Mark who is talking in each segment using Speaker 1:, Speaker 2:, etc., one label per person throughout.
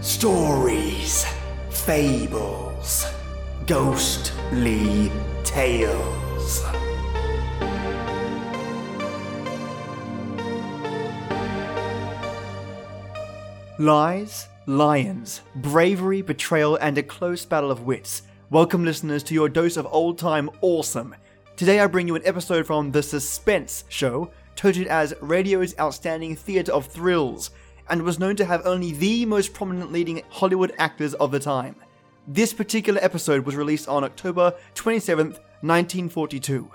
Speaker 1: Stories, fables, ghostly tales. Lies, lions, bravery, betrayal, and a close battle of wits. Welcome, listeners, to your dose of old time awesome. Today, I bring you an episode from The Suspense Show, touted as radio's outstanding theatre of thrills, and was known to have only the most prominent leading Hollywood actors of the time. This particular episode was released on October 27th, 1942.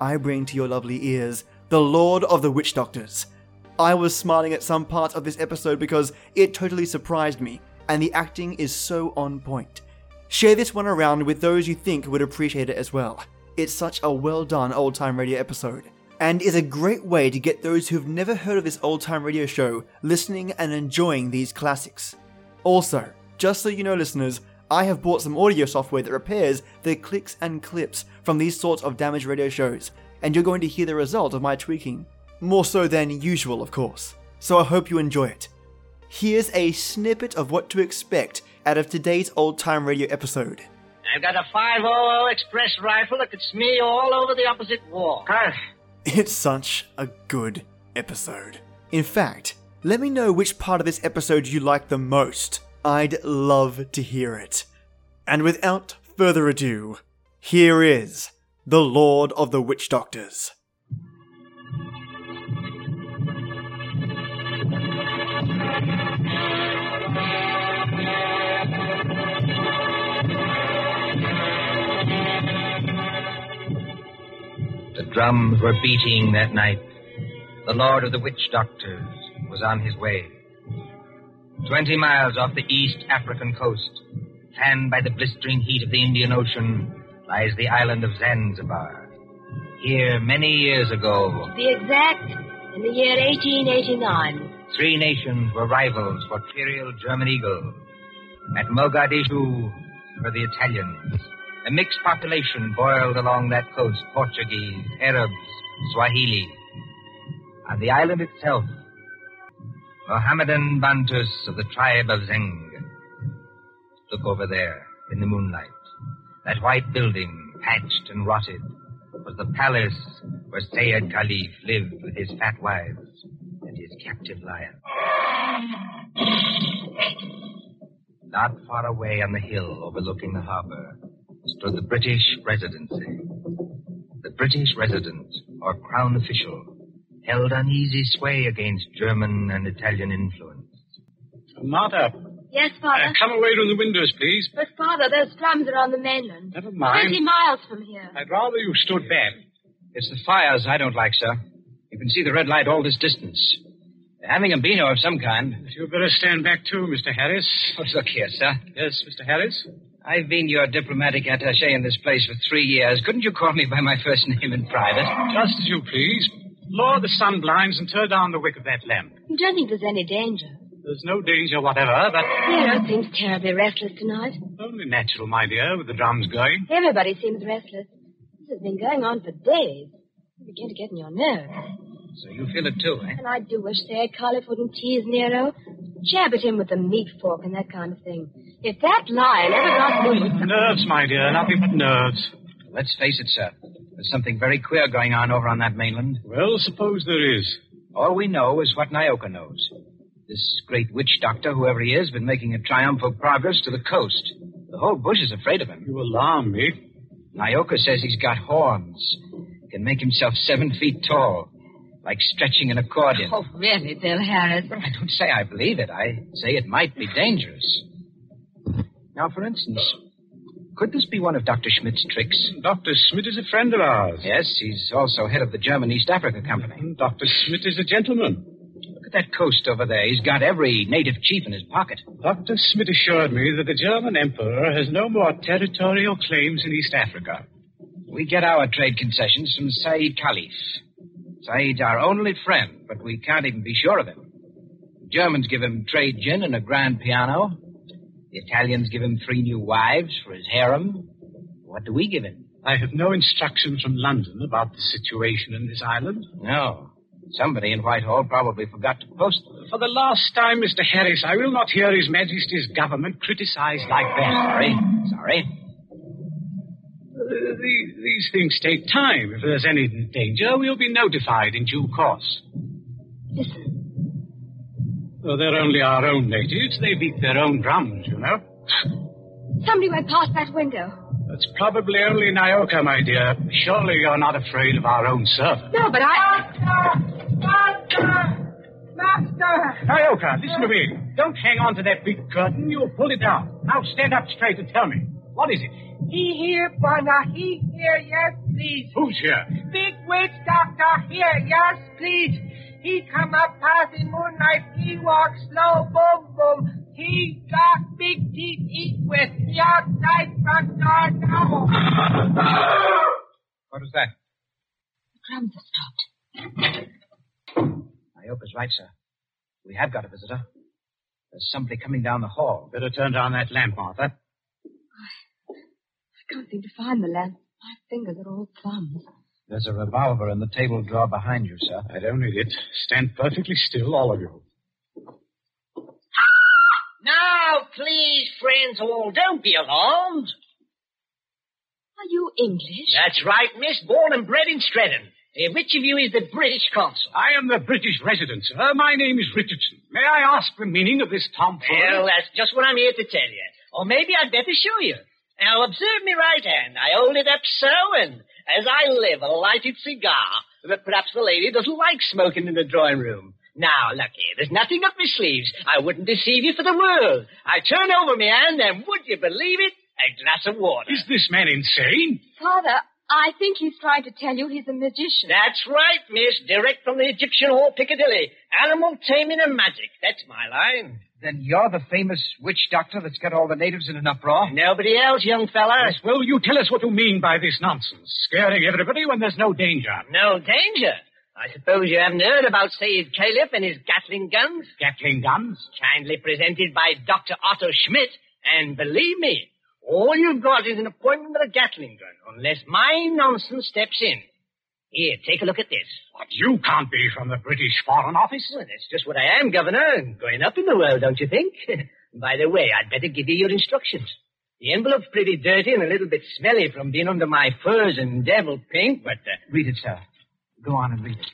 Speaker 1: I bring to your lovely ears The Lord of the Witch Doctors. I was smiling at some parts of this episode because it totally surprised me, and the acting is so on point. Share this one around with those you think would appreciate it as well. It's such a well done old time radio episode, and is a great way to get those who've never heard of this old time radio show listening and enjoying these classics. Also, just so you know, listeners, I have bought some audio software that repairs the clicks and clips from these sorts of damaged radio shows, and you're going to hear the result of my tweaking. More so than usual, of course. So I hope you enjoy it. Here's a snippet of what to expect out of today's old time radio episode.
Speaker 2: I've got a 500 express rifle that could smear you all over the opposite wall.
Speaker 1: It's such a good episode. In fact, let me know which part of this episode you like the most. I'd love to hear it. And without further ado, here is The Lord of the Witch Doctors.
Speaker 2: The drums were beating that night. The Lord of the Witch Doctors was on his way. Twenty miles off the East African coast, fanned by the blistering heat of the Indian Ocean, lies the island of Zanzibar. Here, many years ago,
Speaker 3: be exact, in the year 1889.
Speaker 2: Three nations were rivals for Imperial German Eagle. At Mogadishu were the Italians. A mixed population boiled along that coast Portuguese, Arabs, Swahili. On the island itself, Mohammedan Bantus of the tribe of Zeng. Look over there in the moonlight. That white building, patched and rotted, was the palace where Sayed Khalif lived with his fat wives and his captive lion. Not far away on the hill overlooking the harbor stood the British Residency. The British resident, or crown official, held uneasy sway against German and Italian influence.
Speaker 4: Martha,
Speaker 3: Yes,
Speaker 4: uh,
Speaker 3: Father.
Speaker 4: come away to the windows, please.
Speaker 3: But, Father, those drums are on the mainland.
Speaker 4: Never mind.
Speaker 3: 20 miles from here.
Speaker 4: I'd rather you stood back.
Speaker 2: It's the fires I don't like, sir. You can see the red light all this distance. They're having a beano of some kind.
Speaker 4: You'd better stand back too, Mr. Harris.
Speaker 2: But look here, sir.
Speaker 4: Yes, Mr. Harris.
Speaker 2: I've been your diplomatic attaché in this place for three years. Couldn't you call me by my first name in private?
Speaker 4: Just as you please. Lower the sun blinds and tear down the wick of that lamp.
Speaker 3: You don't think there's any danger.
Speaker 4: There's no danger whatever, but
Speaker 3: Nero seems terribly restless tonight.
Speaker 4: only natural, my dear, with the drums going.
Speaker 3: Everybody seems restless. This has been going on for days. You begin to get on your nerves.
Speaker 2: So you feel it too, eh?
Speaker 3: And I do wish Sayed Khalif wouldn't tease Nero. Jab at him with a meat fork and that kind of thing. If that lion ever got loose...
Speaker 4: Nerves, Oh, my dear, nothing but nerves.
Speaker 2: Let's face it, sir. There's something very queer going on over on that mainland.
Speaker 4: Well, suppose there is.
Speaker 2: All we know is what Nyoka knows. This great witch doctor, whoever he is, been making a triumphal progress to the coast. The whole bush is afraid of him.
Speaker 4: You alarm me.
Speaker 2: Nyoka says he's got horns. Can make himself seven feet tall, like stretching an accordion.
Speaker 3: Oh, really, Bill Harris?
Speaker 2: I don't say I believe it. I say it might be dangerous. Now, for instance, could this be one of Dr. Schmidt's tricks?
Speaker 4: Dr. Smith is a friend of ours.
Speaker 2: Yes, he's also head of the German East Africa Company.
Speaker 4: And Dr. Smith is a gentleman.
Speaker 2: Look at that coast over there. He's got every native chief in his pocket.
Speaker 4: Dr. Smith assured me that the German emperor has no more territorial claims in East Africa.
Speaker 2: We get our trade concessions from Saeed Khalif. Saeed's our only friend, but we can't even be sure of him. The Germans give him trade gin and a grand piano. The Italians give him three new wives for his harem. What do we give him?
Speaker 4: I have no instructions from London about the situation in this island.
Speaker 2: No. Somebody in Whitehall probably forgot to post them.
Speaker 4: For the last time, Mr. Harris, I will not hear His Majesty's government criticized like that.
Speaker 2: Sorry, sorry.
Speaker 4: Uh, the- these things take time. If there's any danger, we'll be notified in due course.
Speaker 3: Listen.
Speaker 4: Though they're only our own natives, they beat their own drums, you know.
Speaker 3: Somebody went past that window.
Speaker 4: That's probably only Nyoka, my dear. Surely you're not afraid of our own servants.
Speaker 3: No, but I.
Speaker 5: Master! Master!
Speaker 4: Nyoka, listen to me. Don't hang on to that big curtain. You'll pull it down. Now stand up straight and tell me. What is it?
Speaker 5: He here, Bonna, he here, yes, please.
Speaker 4: Who's here?
Speaker 5: Big witch doctor here, yes, please. He come up past the moonlight, he walk slow, boom, boom. He got big teeth eat with the outside front door now.
Speaker 2: What was that?
Speaker 3: Drums have stopped.
Speaker 2: Nyoka's right, sir. We have got a visitor. There's somebody coming down the hall.
Speaker 4: Better turn down that lamp, Martha.
Speaker 3: I can't seem to find the lamp. My fingers are all thumbs.
Speaker 2: There's a revolver in the table drawer behind you, sir.
Speaker 4: I don't need it. Stand perfectly still, all of you.
Speaker 6: Now, please, friends all, don't be alarmed.
Speaker 3: Are you English?
Speaker 6: That's right, miss, born and bred in Streatham. Eh, which of you is the British consul?
Speaker 4: I am the British resident, sir. My name is Richardson. May I ask the meaning of this tomfoolery?
Speaker 6: Well, that's just what I'm here to tell you. Or maybe I'd better show you. Now, observe me right hand. I hold it up so, and as I live, a lighted cigar. But perhaps the lady doesn't like smoking in the drawing room. Now, Lucky, there's nothing up my sleeves. I wouldn't deceive you for the world. I turn over my hand, and would you believe it? A glass of water.
Speaker 4: Is this man insane?
Speaker 3: Father, I think he's trying to tell you he's a magician.
Speaker 6: That's right, miss. Direct from the Egyptian Hall, Piccadilly. Animal taming and magic. That's my line.
Speaker 2: Then you're the famous witch doctor that's got all the natives in an uproar?
Speaker 6: Nobody else, young fella.
Speaker 4: Will you tell us what you mean by this nonsense? Scaring everybody when there's no danger.
Speaker 6: No danger. I suppose you haven't heard about Sayyid Caliph and his Gatling guns,
Speaker 4: Gatling guns?
Speaker 6: kindly presented by Dr. Otto Schmidt. And believe me, all you've got is an appointment with a Gatling gun, unless my nonsense steps in. Here, take a look at this.
Speaker 4: But you can't be from the British Foreign Office.
Speaker 6: Well, that's just what I am, Governor. Going up in the world, don't you think? By the way, I'd better give you your instructions. The envelope's pretty dirty and a little bit smelly from being under my furs and devil pink, but uh,
Speaker 2: Read it, sir. Go on and read it.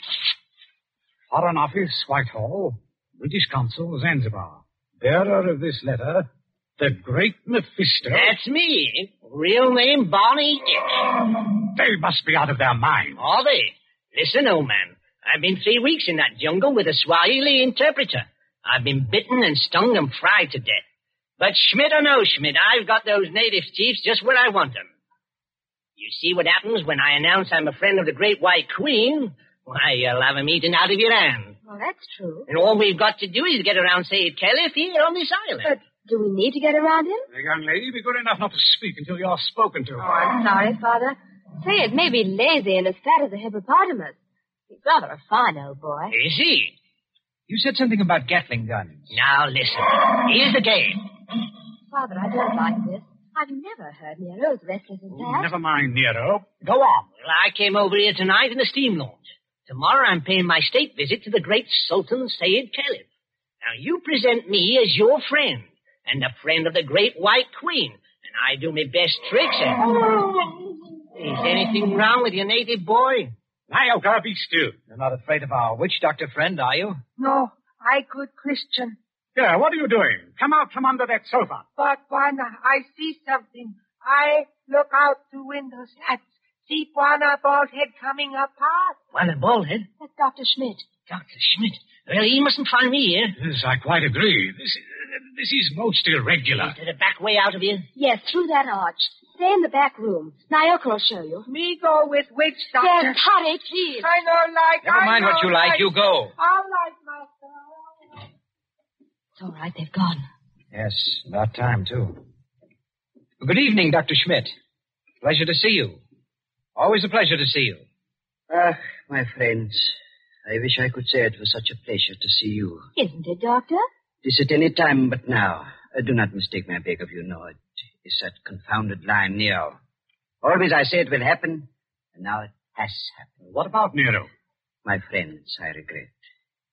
Speaker 4: Foreign Office, Whitehall, British Consul, Zanzibar. Bearer of this letter, the Great Mephisto.
Speaker 6: that's me. Real name Barney Hicks.
Speaker 4: They must be out of their mind.
Speaker 6: Are they? Listen, old man. I've been three weeks in that jungle with a Swahili interpreter. I've been bitten and stung and fried to death. But Schmidt or no Schmidt, I've got those native chiefs just where I want them. You see what happens when I announce I'm a friend of the Great White Queen? Why, you'll have 'em eaten out of your hand.
Speaker 3: Well, that's true.
Speaker 6: And all we've got to do is get around Sayyid Caliph here on this island.
Speaker 3: But do we need to get around him?
Speaker 4: The young lady, be good enough not to speak until you're spoken to.
Speaker 3: Oh, I'm sorry, Father. Say, it may be lazy and as fat as a hippopotamus. He's rather a fine old boy.
Speaker 6: Is he?
Speaker 2: You said something about Gatling guns.
Speaker 6: Now listen. Here's the game.
Speaker 3: Father, I don't like this. I've never heard Nero's restless as that.
Speaker 4: Mm, Never mind, Nero.
Speaker 6: Go on. Well, I came over here tonight in the steam launch. Tomorrow I'm paying my state visit to the great Sultan Sayed Caliph. Now you present me as your friend and the friend of the great white queen. And I do my best tricks and... Is anything wrong with your native boy?
Speaker 4: Nyoka, be still.
Speaker 2: You're not afraid of our witch doctor friend, are you?
Speaker 5: No, I good Christian.
Speaker 4: Here, what are you doing? Come out from under that sofa.
Speaker 5: But Bwana, I see something. I look out through windows. I see Bwana bald head coming up past.
Speaker 6: Well, a baldhead,
Speaker 3: That's Dr. Schmidt.
Speaker 6: Dr. Schmidt. Well, he mustn't find me here.
Speaker 4: Yes, I quite agree. This, this is most irregular.
Speaker 6: To the back way out of here.
Speaker 3: Yes, through that arch. Stay in the back room. Nyoka will show you.
Speaker 5: Me go with witch doctor.
Speaker 3: Yes, hurry, please.
Speaker 5: I know like.
Speaker 2: Never
Speaker 5: I
Speaker 2: mind what
Speaker 5: know
Speaker 2: you like. You go.
Speaker 5: All right, master.
Speaker 3: It's all right, they've gone.
Speaker 2: Yes, about time, too. Good evening, Dr. Schmidt. Pleasure to see you. Always a pleasure to see you.
Speaker 6: Ah, my friends. I wish I could say it was such a pleasure to see you.
Speaker 3: Isn't it, Doctor?
Speaker 6: This at any time but now. Uh, do not mistake me, I beg of you. No, it is that confounded lion Nero. Always I say it will happen, and now it has happened.
Speaker 4: What about Nero?
Speaker 7: My friends, I regret.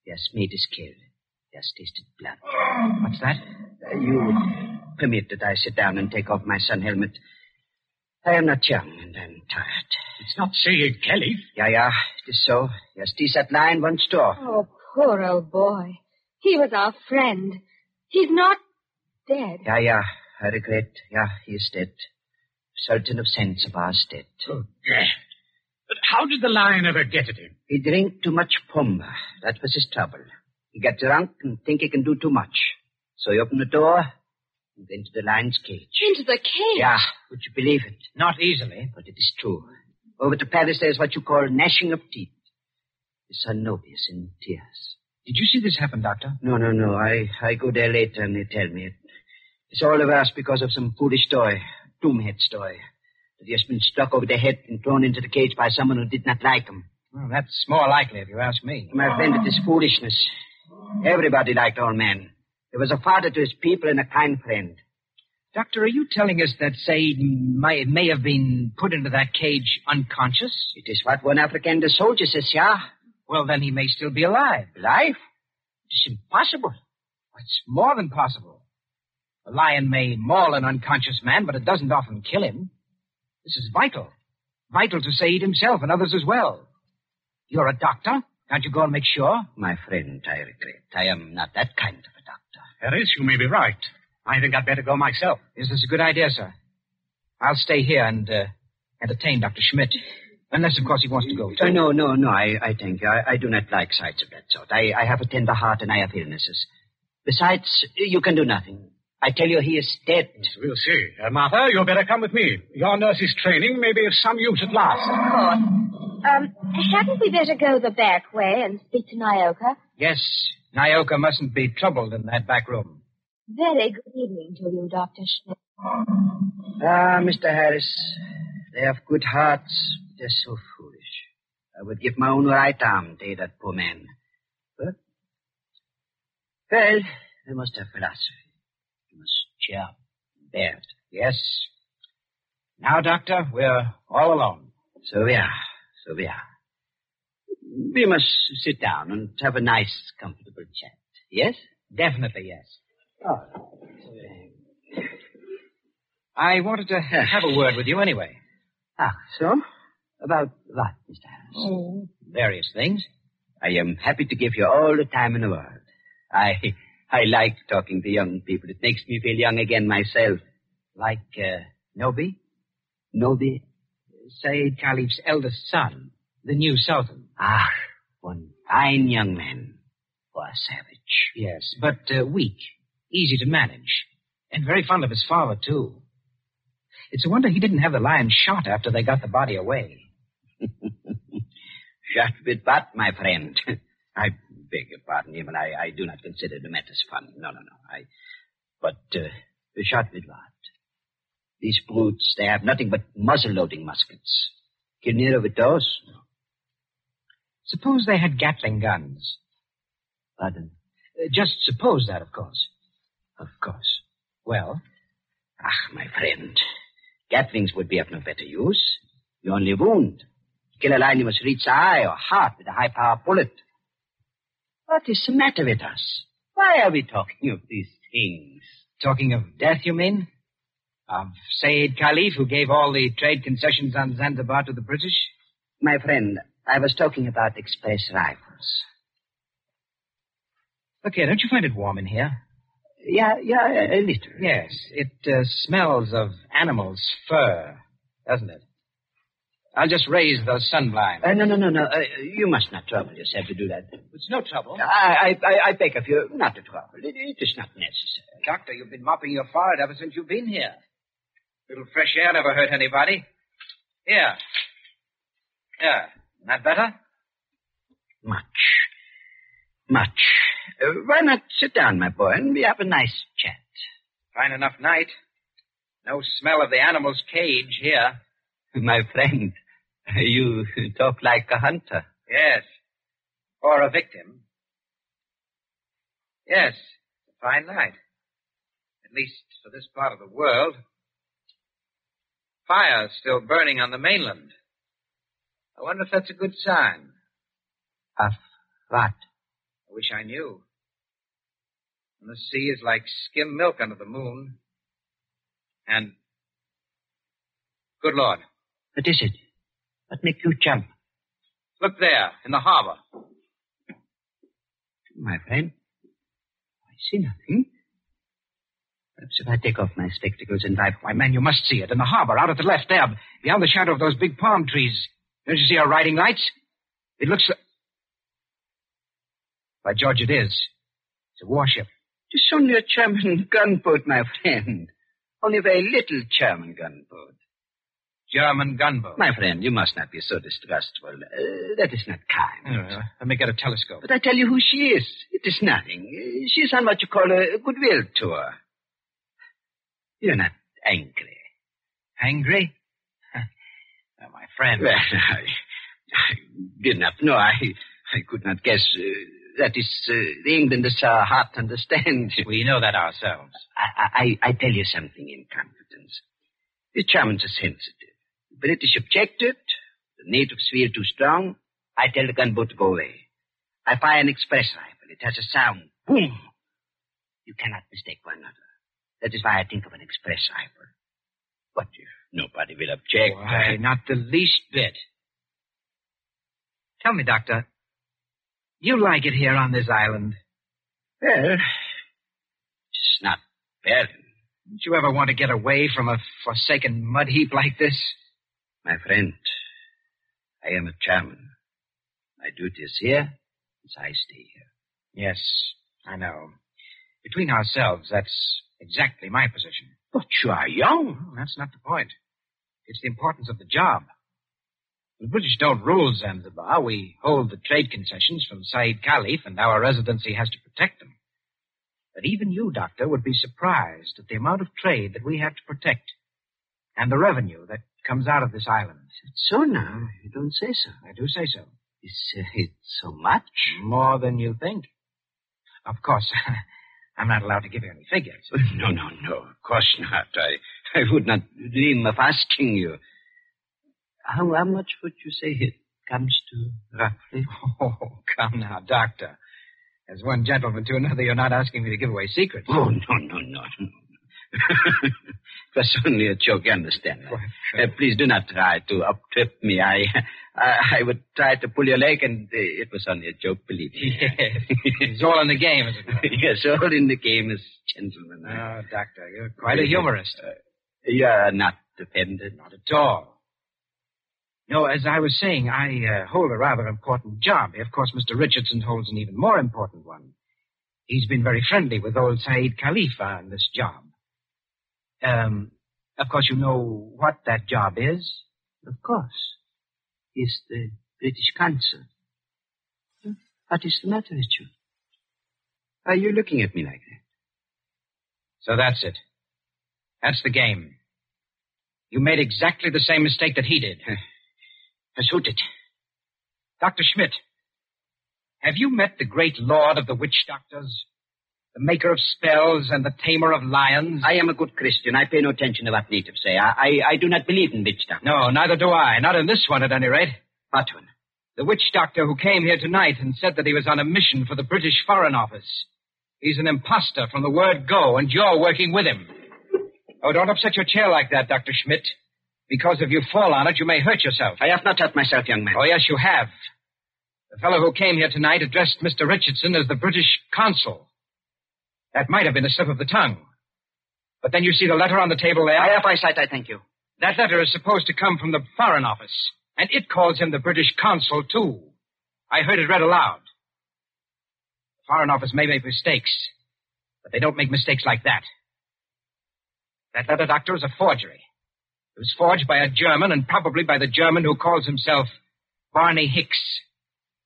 Speaker 7: Yes, meat is killed. Yes, tasted blood. What's that? Uh, You would permit that I sit down and take off my sun helmet. I am not young and I'm tired.
Speaker 2: It's not Sayed Kelly.
Speaker 7: Yeah, yeah, it is so. Yes, dies at nine, one store.
Speaker 3: Oh, poor old boy. He was our friend. He's not dead.
Speaker 7: Yeah, yeah, I regret. Yeah, he is dead. Sultan of Zanzibar is dead.
Speaker 2: Oh, death. But how did the lion ever get at him?
Speaker 7: He drink too much pum. That was his trouble. He get drunk and think he can do too much. So he opened the door and went to the lion's cage.
Speaker 3: Into the cave.
Speaker 7: Yeah, would you believe it? Not easily. But it is true. Over to Paris there's what you call gnashing of teeth. His son Nobi is in tears.
Speaker 2: Did you see this happen, Doctor?
Speaker 7: No, no, no. I, I go there later and they tell me. It, it's all of us because of some foolish toy, doomhead toy. That he has been struck over the head and thrown into the cage by someone who did not like him.
Speaker 2: Well, that's more likely, if you ask me.
Speaker 7: My friend, it is foolishness. Everybody liked old man. He was a father to his people and a kind friend.
Speaker 2: Doctor, are you telling us that Said may, may have been put into that cage unconscious?
Speaker 7: It is what one Afrikander soldier says, yeah.
Speaker 2: Well, then he may still be alive.
Speaker 7: Life?
Speaker 2: It is impossible. It's more than possible. A lion may maul an unconscious man, but it doesn't often kill him. This is vital. Vital to Said himself and others as well. You're a doctor. Can't you go and make sure?
Speaker 7: My friend, I regret. I am not that kind of a doctor.
Speaker 2: Harris, you may be right. I think I'd better go myself. Is this a good idea, sir? I'll stay here and uh, entertain Dr. Schmidt. Unless, of course, he wants to go.
Speaker 7: Oh, no, no, no, I, I thank you. I, I do not like sights of that sort. I, I have a tender heart and I have illnesses. Besides, you can do nothing. I tell you, he is dead.
Speaker 2: We'll see. Uh, Martha, you'd better come with me. Your nurse's training may be of some use at last.
Speaker 3: Of course. Um, hadn't we better go the back way and speak to Nyoka?
Speaker 2: Yes, Nyoka mustn't be troubled in that back room.
Speaker 3: Very good evening to you, Dr. Schmidt.
Speaker 7: Ah, Mr. Harris, they have good hearts, but they're so foolish. I would give my own right arm to aid that poor man. But, well, they must have philosophy. They must cheer up and bear it. Yes,
Speaker 2: Now, Doctor, we're all alone.
Speaker 7: so we are, so we are. We must sit down and have a nice, comfortable chat. Yes?
Speaker 2: Definitely, yes.
Speaker 7: Oh,
Speaker 2: I wanted to ha- have a word with you anyway.
Speaker 7: ah, so? About what, Mr. Harris?
Speaker 2: Oh. Various things.
Speaker 7: I am happy to give you all the time in the world. I I like talking to young people. It makes me feel young again myself.
Speaker 2: Like, uh,
Speaker 7: Nobi? Nobi?
Speaker 2: Said Khalif's eldest son, the new Sultan.
Speaker 7: Ah, one fine young man. Or a savage.
Speaker 2: Yes, but uh, weak, easy to manage, and very fond of his father, too. It's a wonder he didn't have the lion shot after they got the body away.
Speaker 7: Shut with but, my friend. I beg your pardon, even I, I do not consider the matters fun. No, no, no. I, but, uh, shot with what? These brutes, they have nothing but muzzle-loading muskets. Kill nearer with those?
Speaker 2: Suppose they had Gatling guns.
Speaker 7: Pardon?
Speaker 2: Uh, just suppose that, of course.
Speaker 7: Of course.
Speaker 2: Well,
Speaker 7: Ah, my friend, Gatlings would be of no better use. You only wound. To kill a lion, you must reach the eye or heart with a high-power bullet. What is the matter with us? Why are we talking of these things?
Speaker 2: talking of death, you mean? Of Said Khalif, who gave all the trade concessions on Zanzibar to the British?
Speaker 7: My friend, I was talking about express rifles.
Speaker 2: Look here, don't you find it warm in here?
Speaker 7: Yeah, yeah, a a little.
Speaker 2: Yes, it uh, smells of animals' fur, doesn't it? I'll just raise the sunblind.
Speaker 7: Uh, no, no, no, no. Uh, you must not trouble yourself to do that.
Speaker 2: It's no trouble.
Speaker 7: I, I, I- I beg of you not to trouble. It, it is not necessary.
Speaker 2: Doctor, you've been mopping your forehead ever since you've been here. Little fresh air never hurt anybody. Here. Yeah. That better?
Speaker 7: Much. Much. Uh, why not sit down, my boy, and we have a nice chat?
Speaker 2: Fine enough night. No smell of the animal's cage here.
Speaker 7: My friend, you talk like a hunter.
Speaker 2: Yes. Or a victim. Yes. It's a fine night. At least for this part of the world. Fire's still burning on the mainland. I wonder if that's a good sign. A flat. I wish I knew. And the sea is like skim milk under the moon. And. Good Lord.
Speaker 7: What is it? What make you jump?
Speaker 2: Look there, in the harbor.
Speaker 7: My friend, I see nothing. Perhaps if I take off my spectacles and I...
Speaker 8: Why, man, you must see it. In the harbor, out at the left there, beyond the shadow of those big palm trees. Don't you see our riding lights? It looks like... By George, it is. It's a warship.
Speaker 7: It's only a German gunboat, my friend. Only a very little German gunboat.
Speaker 2: German gunboat.
Speaker 7: My friend, you must not be so distrustful. Uh, that is not kind.
Speaker 2: Uh, let me get a telescope.
Speaker 7: But I tell you who she is. It is nothing. Uh, She is on what you call a goodwill tour. You're not angry.
Speaker 2: Angry? Now, my friend.
Speaker 7: Well, I, I did not know. I, I could not guess. Uh, that is, uh, the Englanders are hard to understand.
Speaker 2: We know that ourselves.
Speaker 7: I, I, I tell you something in confidence. The Germans are sensitive. The British objected. The natives feel too strong. I tell the gunboat to go away. I fire an express rifle. It has a sound. Boom! You cannot mistake one another. That is why I think of an express rifle. But if nobody will object.
Speaker 2: Why, not the least bit. Tell me, Doctor, you like it here on this island?
Speaker 7: Well, it's not barren.
Speaker 2: Did you ever want to get away from a forsaken mud heap like this?
Speaker 7: My friend, I am a German. My duty is here, so I stay here.
Speaker 2: Yes, I know. Between ourselves, that's exactly my position.
Speaker 7: But you are young.
Speaker 2: Well, that's not the point. It's the importance of the job. The British don't rule Zanzibar. We hold the trade concessions from Said Khalif, and our residency has to protect them. But even you, Doctor, would be surprised at the amount of trade that we have to protect and the revenue that comes out of this island.
Speaker 7: So now, you don't say so.
Speaker 2: I do say so.
Speaker 7: It's, uh, it's so much.
Speaker 2: More than you think. Of course, I'm not allowed to give you any figures.
Speaker 7: No, no, no. Of course not. I, I would not dream of asking you. How, how much would you say it comes to roughly?
Speaker 2: Oh, come now, Doctor. As one gentleman to another, you're not asking me to give away secrets.
Speaker 7: Oh, no, no, no. no. That's only a joke, you understand.
Speaker 2: Why,
Speaker 7: Uh, please do not try to uptrip me. I, I, I would try to pull your leg, and uh, it was only a joke, believe me.
Speaker 2: It's all in the game, isn't it?
Speaker 7: yes, all in the game is gentlemen. I-
Speaker 2: Oh, Doctor, you're quite a humorist.
Speaker 7: Uh, You are not offended.
Speaker 2: Not at all. No, as I was saying, I uh, hold a rather important job. Of course, Mr. Richardson holds an even more important one. He's been very friendly with old Saeed Khalifa on this job. Um, of course, you know what that job is.
Speaker 7: Of course. He's the British consul. Hmm? What is the matter with you? Are you looking at me like that?
Speaker 2: So that's it. That's the game. You made exactly the same mistake that he did. Has it. Dr. Schmidt, have you met the great lord of the witch doctors? The maker of spells and the tamer of lions?
Speaker 7: I am a good Christian. I pay no attention to what natives say. I, I, I do not believe in witch doctors.
Speaker 2: No, neither do I. Not in this one, at any rate.
Speaker 7: What one?
Speaker 2: The witch doctor who came here tonight and said that he was on a mission for the British Foreign Office. He's an imposter from the word go, and you're working with him. Oh, don't upset your chair like that, Dr. Schmidt. Because if you fall on it, you may hurt yourself.
Speaker 7: I have not hurt myself, young man.
Speaker 2: Oh, yes, you have. The fellow who came here tonight addressed Mr. Richardson as the British consul. That might have been a slip of the tongue. But then you see the letter on the table there?
Speaker 7: I have eyesight, I thank you.
Speaker 2: That letter is supposed to come from the Foreign Office, and it calls him the British consul, too. I heard it read aloud. The Foreign Office may make mistakes, but they don't make mistakes like that. That letter, Doctor, is a forgery. It was forged by a German, and probably by the German who calls himself Barney Hicks,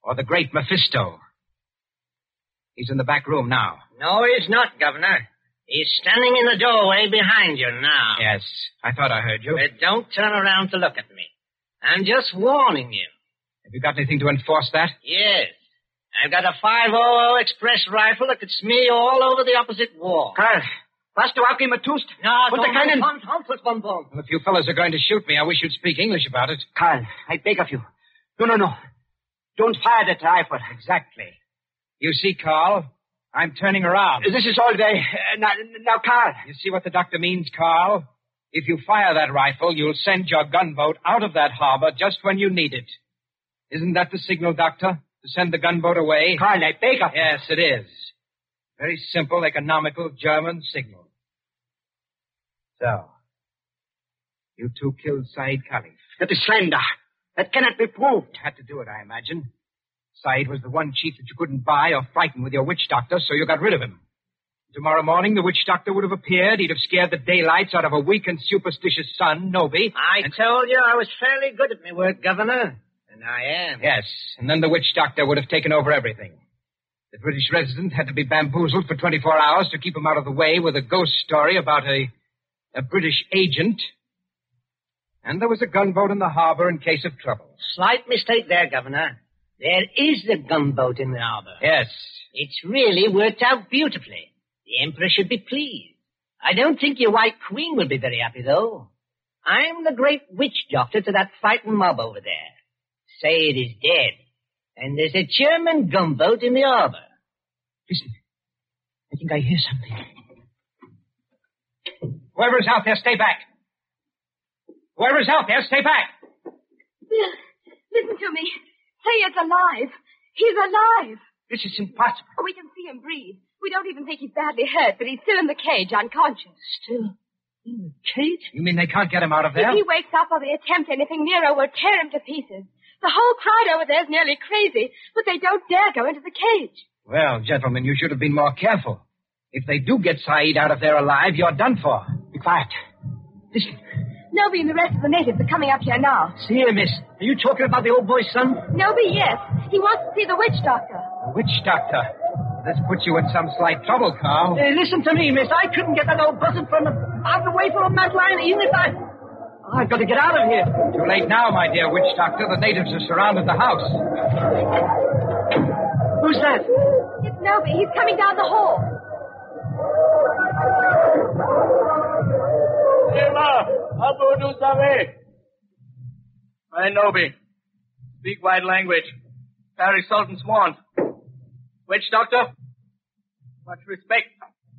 Speaker 2: or the Great Mephisto. He's in the back room now.
Speaker 6: Oh,
Speaker 7: No, he's not, Governor.
Speaker 6: He's standing in the doorway behind you now.
Speaker 2: Yes, I thought I heard you.
Speaker 6: But don't turn around to look at me. I'm just warning you.
Speaker 2: Have you got anything to enforce that?
Speaker 6: Yes. I've got a 500 express rifle that could smear you all over the opposite wall.
Speaker 2: Carl,
Speaker 7: Hast du auch immer tust?
Speaker 6: No,
Speaker 7: Put the
Speaker 6: don't
Speaker 7: cannon-
Speaker 6: Hunt, hunt, hunt, hunt, hunt.
Speaker 2: Well, if you fellows are going to shoot me, I wish you'd speak English about it.
Speaker 7: Carl, I beg of you. No, no, no.
Speaker 2: Don't fire that rifle. Exactly. You see, Carl, I'm turning around.
Speaker 9: This is all day. Uh, now, now, Carl.
Speaker 2: You see what the doctor means, Carl? If you fire that rifle, you'll send your gunboat out of that harbor just when you need it. Isn't that the signal, Doctor? To send the gunboat away?
Speaker 9: Carl, I beg of
Speaker 2: Yes, it is. Very simple, economical German signal. So, you two killed Said Khalif.
Speaker 9: That is slander. That cannot be proved.
Speaker 2: You had to do it, I imagine. Said was the one chief that you couldn't buy or frighten with your witch doctor, so you got rid of him. Tomorrow morning, the witch doctor would have appeared. He'd have scared the daylights out of a weak and superstitious son, Noby.
Speaker 6: I told you I was fairly good at my work, Governor. And I am.
Speaker 2: Yes, and then the witch doctor would have taken over everything. The British resident had to be bamboozled for 24 hours to keep him out of the way with a ghost story about a, a British agent. And there was a gunboat in the harbor in case of trouble.
Speaker 6: Slight mistake there, Governor. There is the gunboat in the harbor.
Speaker 2: Yes.
Speaker 6: It's really worked out beautifully. The Emperor should be pleased. I don't think your White Queen will be very happy, though. I'm the great witch doctor to that frightened mob over there. Say it is dead. And there's a German gunboat in the harbor.
Speaker 2: Listen. I think I hear something. Whoever's out there, stay back. Whoever's out there, stay back.
Speaker 3: Bill, listen to me. Say it's alive. He's alive.
Speaker 2: This is impossible.
Speaker 3: We can see him breathe. We don't even think he's badly hurt, but he's still in the cage, unconscious.
Speaker 6: Still, in the cage?
Speaker 2: You mean they can't get him out of there?
Speaker 3: If he wakes up or they attempt anything, Nero will tear him to pieces. The whole crowd over there's nearly crazy, but they don't dare go into the cage.
Speaker 2: Well, gentlemen, you should have been more careful. If they do get Saeed out of there alive, you're done for. Be quiet. Listen.
Speaker 3: Noby and the rest of the natives are coming up here now.
Speaker 9: See here, miss. Are you talking about the old boy's son?
Speaker 3: Noby, yes. He wants to see the witch doctor.
Speaker 2: The witch doctor. This puts you in some slight trouble, Carl.
Speaker 9: Hey, listen to me, miss. I couldn't get that old buzzard from out of the way for a mad lion, even if I... I've got to get out of here.
Speaker 2: Too late now, my dear witch doctor. The natives have surrounded the house.
Speaker 9: Who's that?
Speaker 3: It's Noby. He's coming down the hall.
Speaker 10: Emma, Abu Dusabe. I Nobi. Speak wide language. Carry Sultan's wand. Witch doctor? Much respect.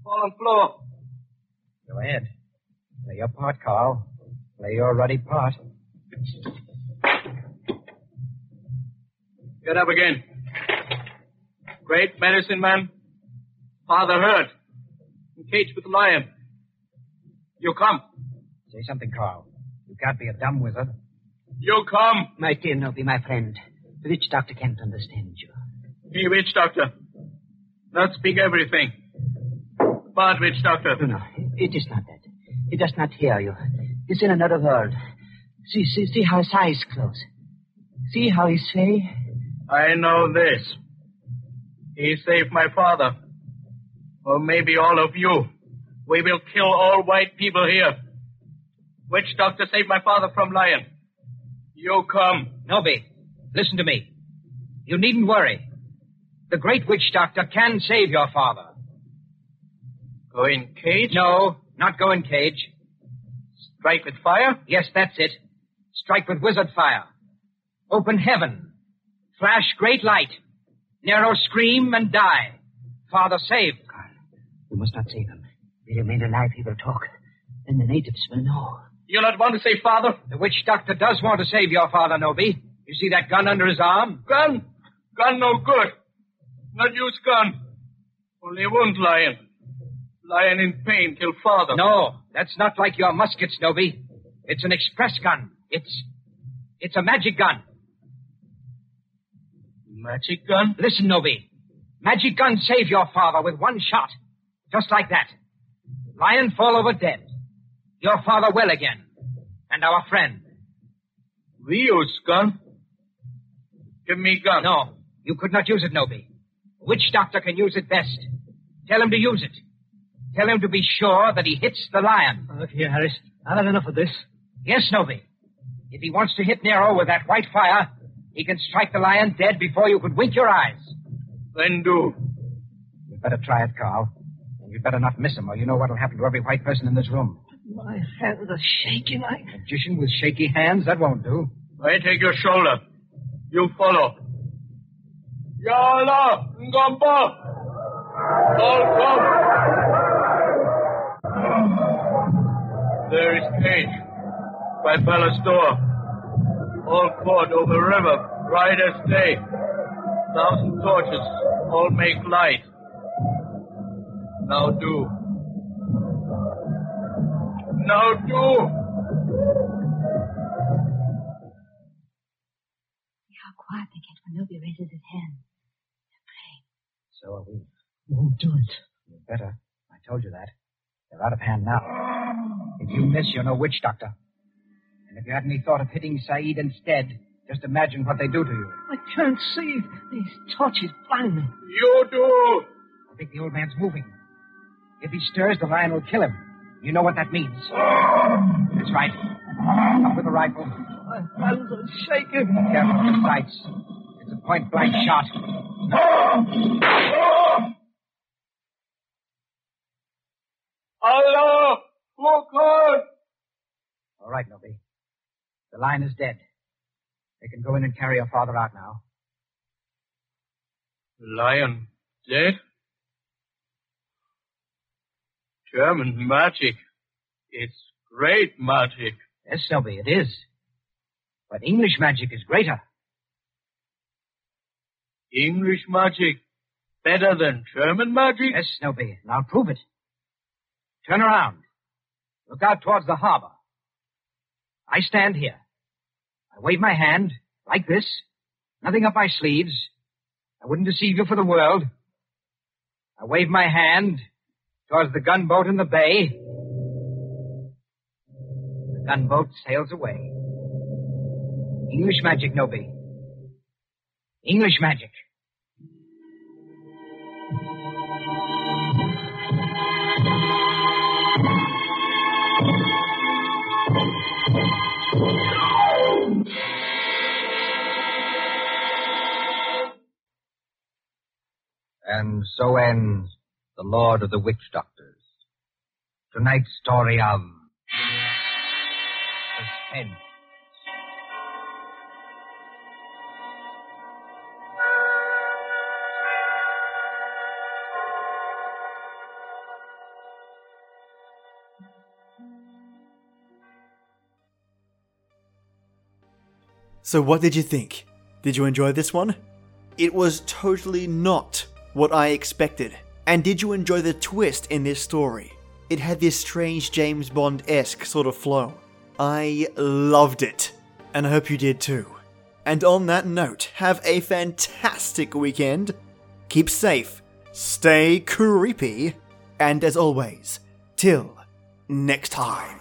Speaker 10: Fall on floor.
Speaker 2: Go ahead. Play your part, Carl. Play your ruddy part.
Speaker 10: Get up again. Great medicine man. Father Hurt. Caged with lion. You come.
Speaker 2: Say something, Carl. You can't be a dumb wizard.
Speaker 10: You come.
Speaker 6: My dear Noby, my friend, the witch doctor can't understand you.
Speaker 10: Hey, witch doctor. Not speak everything. But witch doctor.
Speaker 6: No, no, it is not that. He does not hear you. He's in another world. See, see, see how his eyes close. See how he say,
Speaker 10: I know this. He saved my father. Or maybe all of you. We will kill all white people here. Witch doctor saved my father from lion. You come.
Speaker 2: Noby, listen to me. You needn't worry. The great witch doctor can save your father.
Speaker 10: Go in cage.
Speaker 2: No, not go in cage.
Speaker 10: Strike with fire.
Speaker 2: Yes, that's it. Strike with wizard fire. Open heaven. Flash great light. Nero scream and die. Father saved.
Speaker 6: You must not save him. They remain alive, he will talk. Then the natives will know.
Speaker 10: You not want to say father?
Speaker 2: The witch doctor does want to save your father, Noby. You see that gun under his arm?
Speaker 10: Gun. Gun no good. Not use gun. Only wound lion. Lion in pain kill father.
Speaker 2: No, that's not like your muskets, Noby. It's an express gun. It's, it's a magic gun.
Speaker 10: Magic gun?
Speaker 2: Listen, Noby. Magic gun save your father with one shot. Just like that. Lion fall over dead. Your father well again. And our friend.
Speaker 10: We use gun. Give me gun.
Speaker 2: No, you could not use it, Noby. Which doctor can use it best? Tell him to use it. Tell him to be sure that he hits the lion.
Speaker 9: Look here, Oh, Harris. I've had enough of this.
Speaker 2: Yes, Noby. If he wants to hit Nero with that white fire, he can strike the lion dead before you could wink your eyes.
Speaker 10: Then do.
Speaker 2: You'd better try it, Carl. And you'd better not miss him, or you know what'll happen to every white person in this room.
Speaker 9: My hands are shaking like...
Speaker 2: Magician with shaky hands? That won't do.
Speaker 10: I take your shoulder. You follow. Yala, Ngomba. All come. There is cage. By palace door. All caught over river. Riders stay. Thousand torches. All make light. Now do. Now do.
Speaker 3: See how quiet they get when nobody raises his hand.
Speaker 2: So are we.
Speaker 6: Won't do it.
Speaker 2: You better. I told you that. They're out of hand now. If you miss, you're no witch doctor. And if you hadn't thought of hitting Saeed instead, just imagine what they do to you.
Speaker 6: I can't see. These torches blind me.
Speaker 10: You do.
Speaker 2: I think the old man's moving. If he stirs, the lion will kill him. You know what that means. That's right. Up with the rifle.
Speaker 6: My hands are shaking.
Speaker 2: Careful with the sights. It's a point blank shot.
Speaker 10: Allah, oh God.
Speaker 2: All right, Nobby. The lion is dead. They can go in and carry your father out now.
Speaker 10: Lion dead? German magic. It's great magic.
Speaker 2: Yes, Nobby, it is. But English magic is greater.
Speaker 10: English magic better than German magic?
Speaker 2: Yes, Snoopy, and I'll prove it. Turn around. Look out towards the harbor. I stand here. I wave my hand, like this. Nothing up my sleeves. I wouldn't deceive you for the world. I wave my hand towards the gunboat in the bay. The gunboat sails away. English magic, Noby. English magic.
Speaker 7: And so ends The Lord of the Witch Doctors. Tonight's story of suspense.
Speaker 1: So, what did you think? Did you enjoy this one? It was totally not what I expected. And did you enjoy the twist in this story? It had this strange James Bond esque sort of flow. I loved it, and I hope you did too. And on that note, have a fantastic weekend. Keep safe, stay creepy, and as always, till next time.